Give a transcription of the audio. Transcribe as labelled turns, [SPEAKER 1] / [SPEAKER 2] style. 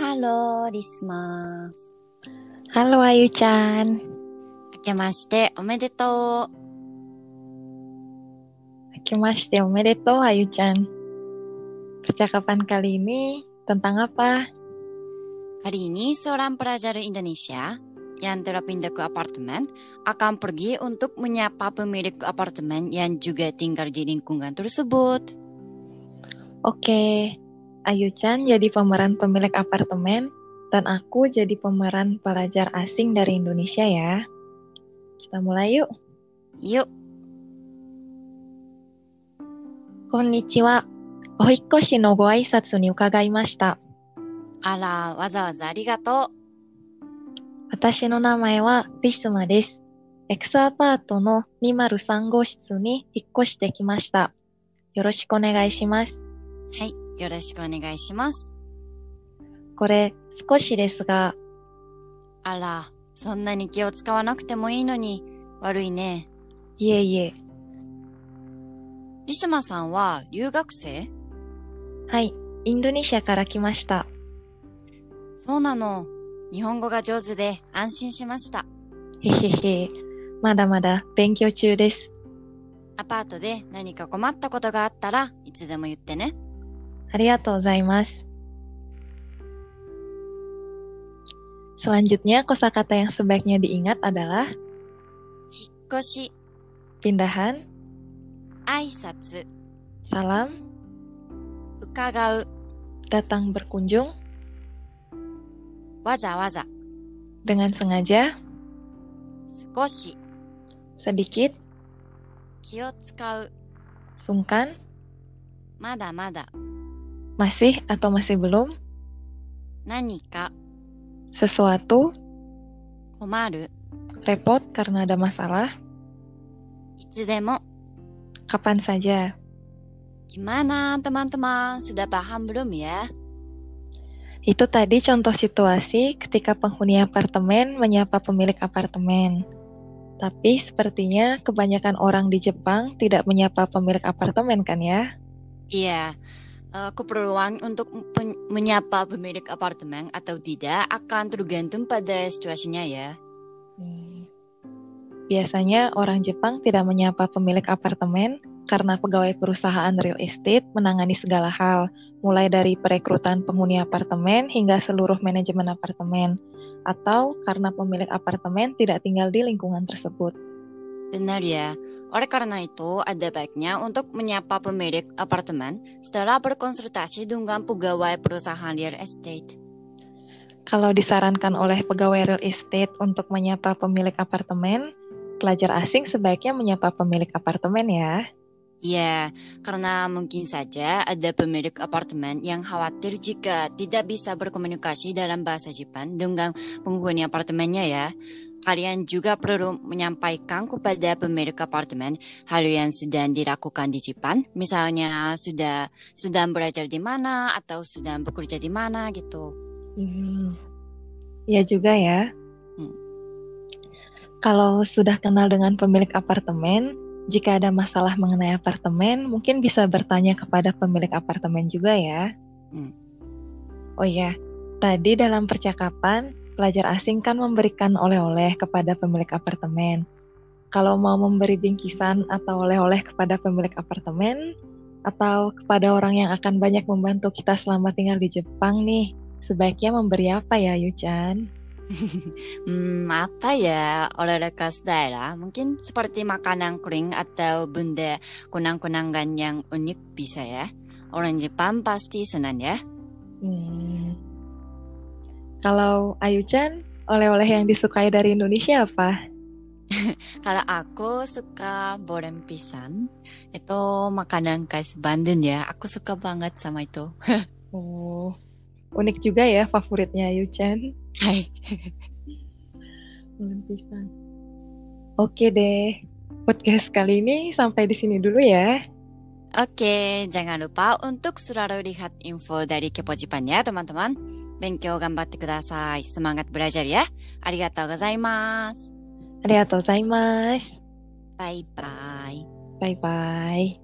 [SPEAKER 1] Halo, Risma。
[SPEAKER 2] Halo Ayu Chan.
[SPEAKER 1] 明けましておめでとう。
[SPEAKER 2] Oke, Mas, o m e d e t o Ayu Chan. Percakapan kali ini tentang apa?
[SPEAKER 1] Kali ini seorang pelajar Indonesia yang telah pindah ke apartemen akan pergi untuk menyapa pemilik apartemen yang juga tinggal di lingkungan tersebut.
[SPEAKER 2] Oke, Ayu Chan jadi pemeran pemilik apartemen dan aku jadi pemeran pelajar asing dari Indonesia ya. Kita mulai yuk.
[SPEAKER 1] Yuk,
[SPEAKER 2] こんにちは。お引っ越しのご挨拶に伺いました。
[SPEAKER 1] あら、わざわざありがとう。
[SPEAKER 2] 私の名前はリスマです。X アパートの203号室に引っ越してきました。よろしくお願いします。
[SPEAKER 1] はい、よろしくお願いします。
[SPEAKER 2] これ、少しですが、
[SPEAKER 1] あら、そんなに気を使わなくてもいいのに、悪いね。
[SPEAKER 2] いえいえ、
[SPEAKER 1] リスマさんは留学生
[SPEAKER 2] はい、インドネシアから来ました。
[SPEAKER 1] そうなの。日本語が上手で安心しました。
[SPEAKER 2] へへへ、まだまだ勉強中です。
[SPEAKER 1] アパートで何か困ったことがあったらいつでも言ってね。
[SPEAKER 2] ありがとうございます。Selanjutnya, kosakata yang sebaiknya diingat adalah
[SPEAKER 1] 引っ越し、
[SPEAKER 2] pindahan,
[SPEAKER 1] 挨拶、
[SPEAKER 2] salam,
[SPEAKER 1] 伺う、
[SPEAKER 2] datang berkunjung,
[SPEAKER 1] わざわざ、
[SPEAKER 2] dengan sengaja,
[SPEAKER 1] 少し、
[SPEAKER 2] sedikit,
[SPEAKER 1] 気を使う、
[SPEAKER 2] sungkan,
[SPEAKER 1] まだまだ、
[SPEAKER 2] masih atau masih belum,
[SPEAKER 1] 何か、
[SPEAKER 2] sesuatu,
[SPEAKER 1] 困る、
[SPEAKER 2] repot karena ada masalah,
[SPEAKER 1] いつでも。
[SPEAKER 2] kapan saja.
[SPEAKER 1] Gimana teman-teman? Sudah paham belum ya?
[SPEAKER 2] Itu tadi contoh situasi ketika penghuni apartemen menyapa pemilik apartemen. Tapi sepertinya kebanyakan orang di Jepang tidak menyapa pemilik apartemen kan ya?
[SPEAKER 1] Iya. eh, keperluan untuk pen- menyapa pemilik apartemen atau tidak akan tergantung pada situasinya ya.
[SPEAKER 2] Biasanya orang Jepang tidak menyapa pemilik apartemen karena pegawai perusahaan real estate menangani segala hal, mulai dari perekrutan penghuni apartemen hingga seluruh manajemen apartemen, atau karena pemilik apartemen tidak tinggal di lingkungan tersebut.
[SPEAKER 1] Benar ya. Oleh karena itu, ada baiknya untuk menyapa pemilik apartemen setelah berkonsultasi dengan pegawai perusahaan real estate.
[SPEAKER 2] Kalau disarankan oleh pegawai real estate untuk menyapa pemilik apartemen, pelajar asing sebaiknya menyapa pemilik apartemen ya.
[SPEAKER 1] Ya, karena mungkin saja ada pemilik apartemen yang khawatir jika tidak bisa berkomunikasi dalam bahasa Jepang dengan penghuni apartemennya ya. Kalian juga perlu menyampaikan kepada pemilik apartemen hal yang sedang dilakukan di Jepang, misalnya sudah sedang belajar di mana atau sedang bekerja di mana gitu.
[SPEAKER 2] Iya juga ya.
[SPEAKER 1] Hmm.
[SPEAKER 2] Kalau sudah kenal dengan pemilik apartemen, jika ada masalah mengenai apartemen, mungkin bisa bertanya kepada pemilik apartemen juga ya.
[SPEAKER 1] Hmm.
[SPEAKER 2] Oh iya, tadi dalam percakapan, pelajar asing kan memberikan oleh-oleh kepada pemilik apartemen. Kalau mau memberi bingkisan atau oleh-oleh kepada pemilik apartemen, atau kepada orang yang akan banyak membantu kita selama tinggal di Jepang nih, sebaiknya memberi apa ya, Yuchan?
[SPEAKER 1] Hmm, apa ya olahraga khas daerah? Mungkin seperti makanan kering atau benda kunang-kunangan yang unik bisa ya. Orang Jepang pasti senang ya.
[SPEAKER 2] Hmm. Kalau Ayu-chan, oleh-oleh yang disukai dari Indonesia apa?
[SPEAKER 1] Kalau aku suka boreng pisang, itu makanan khas Bandung ya. Aku suka banget sama itu.
[SPEAKER 2] Oh, unik juga ya favoritnya Ayu-chan.
[SPEAKER 1] Hai.
[SPEAKER 2] Pohon pisang. Oke deh, podcast kali ini sampai di sini dulu ya.
[SPEAKER 1] Oke, jangan lupa untuk selalu lihat info dari Kepo Jepang ya, teman-teman. Benkyou ganbatte kudasai. Semangat belajar ya. Arigatou gozaimasu.
[SPEAKER 2] Arigatou gozaimasu.
[SPEAKER 1] Bye-bye.
[SPEAKER 2] Bye-bye.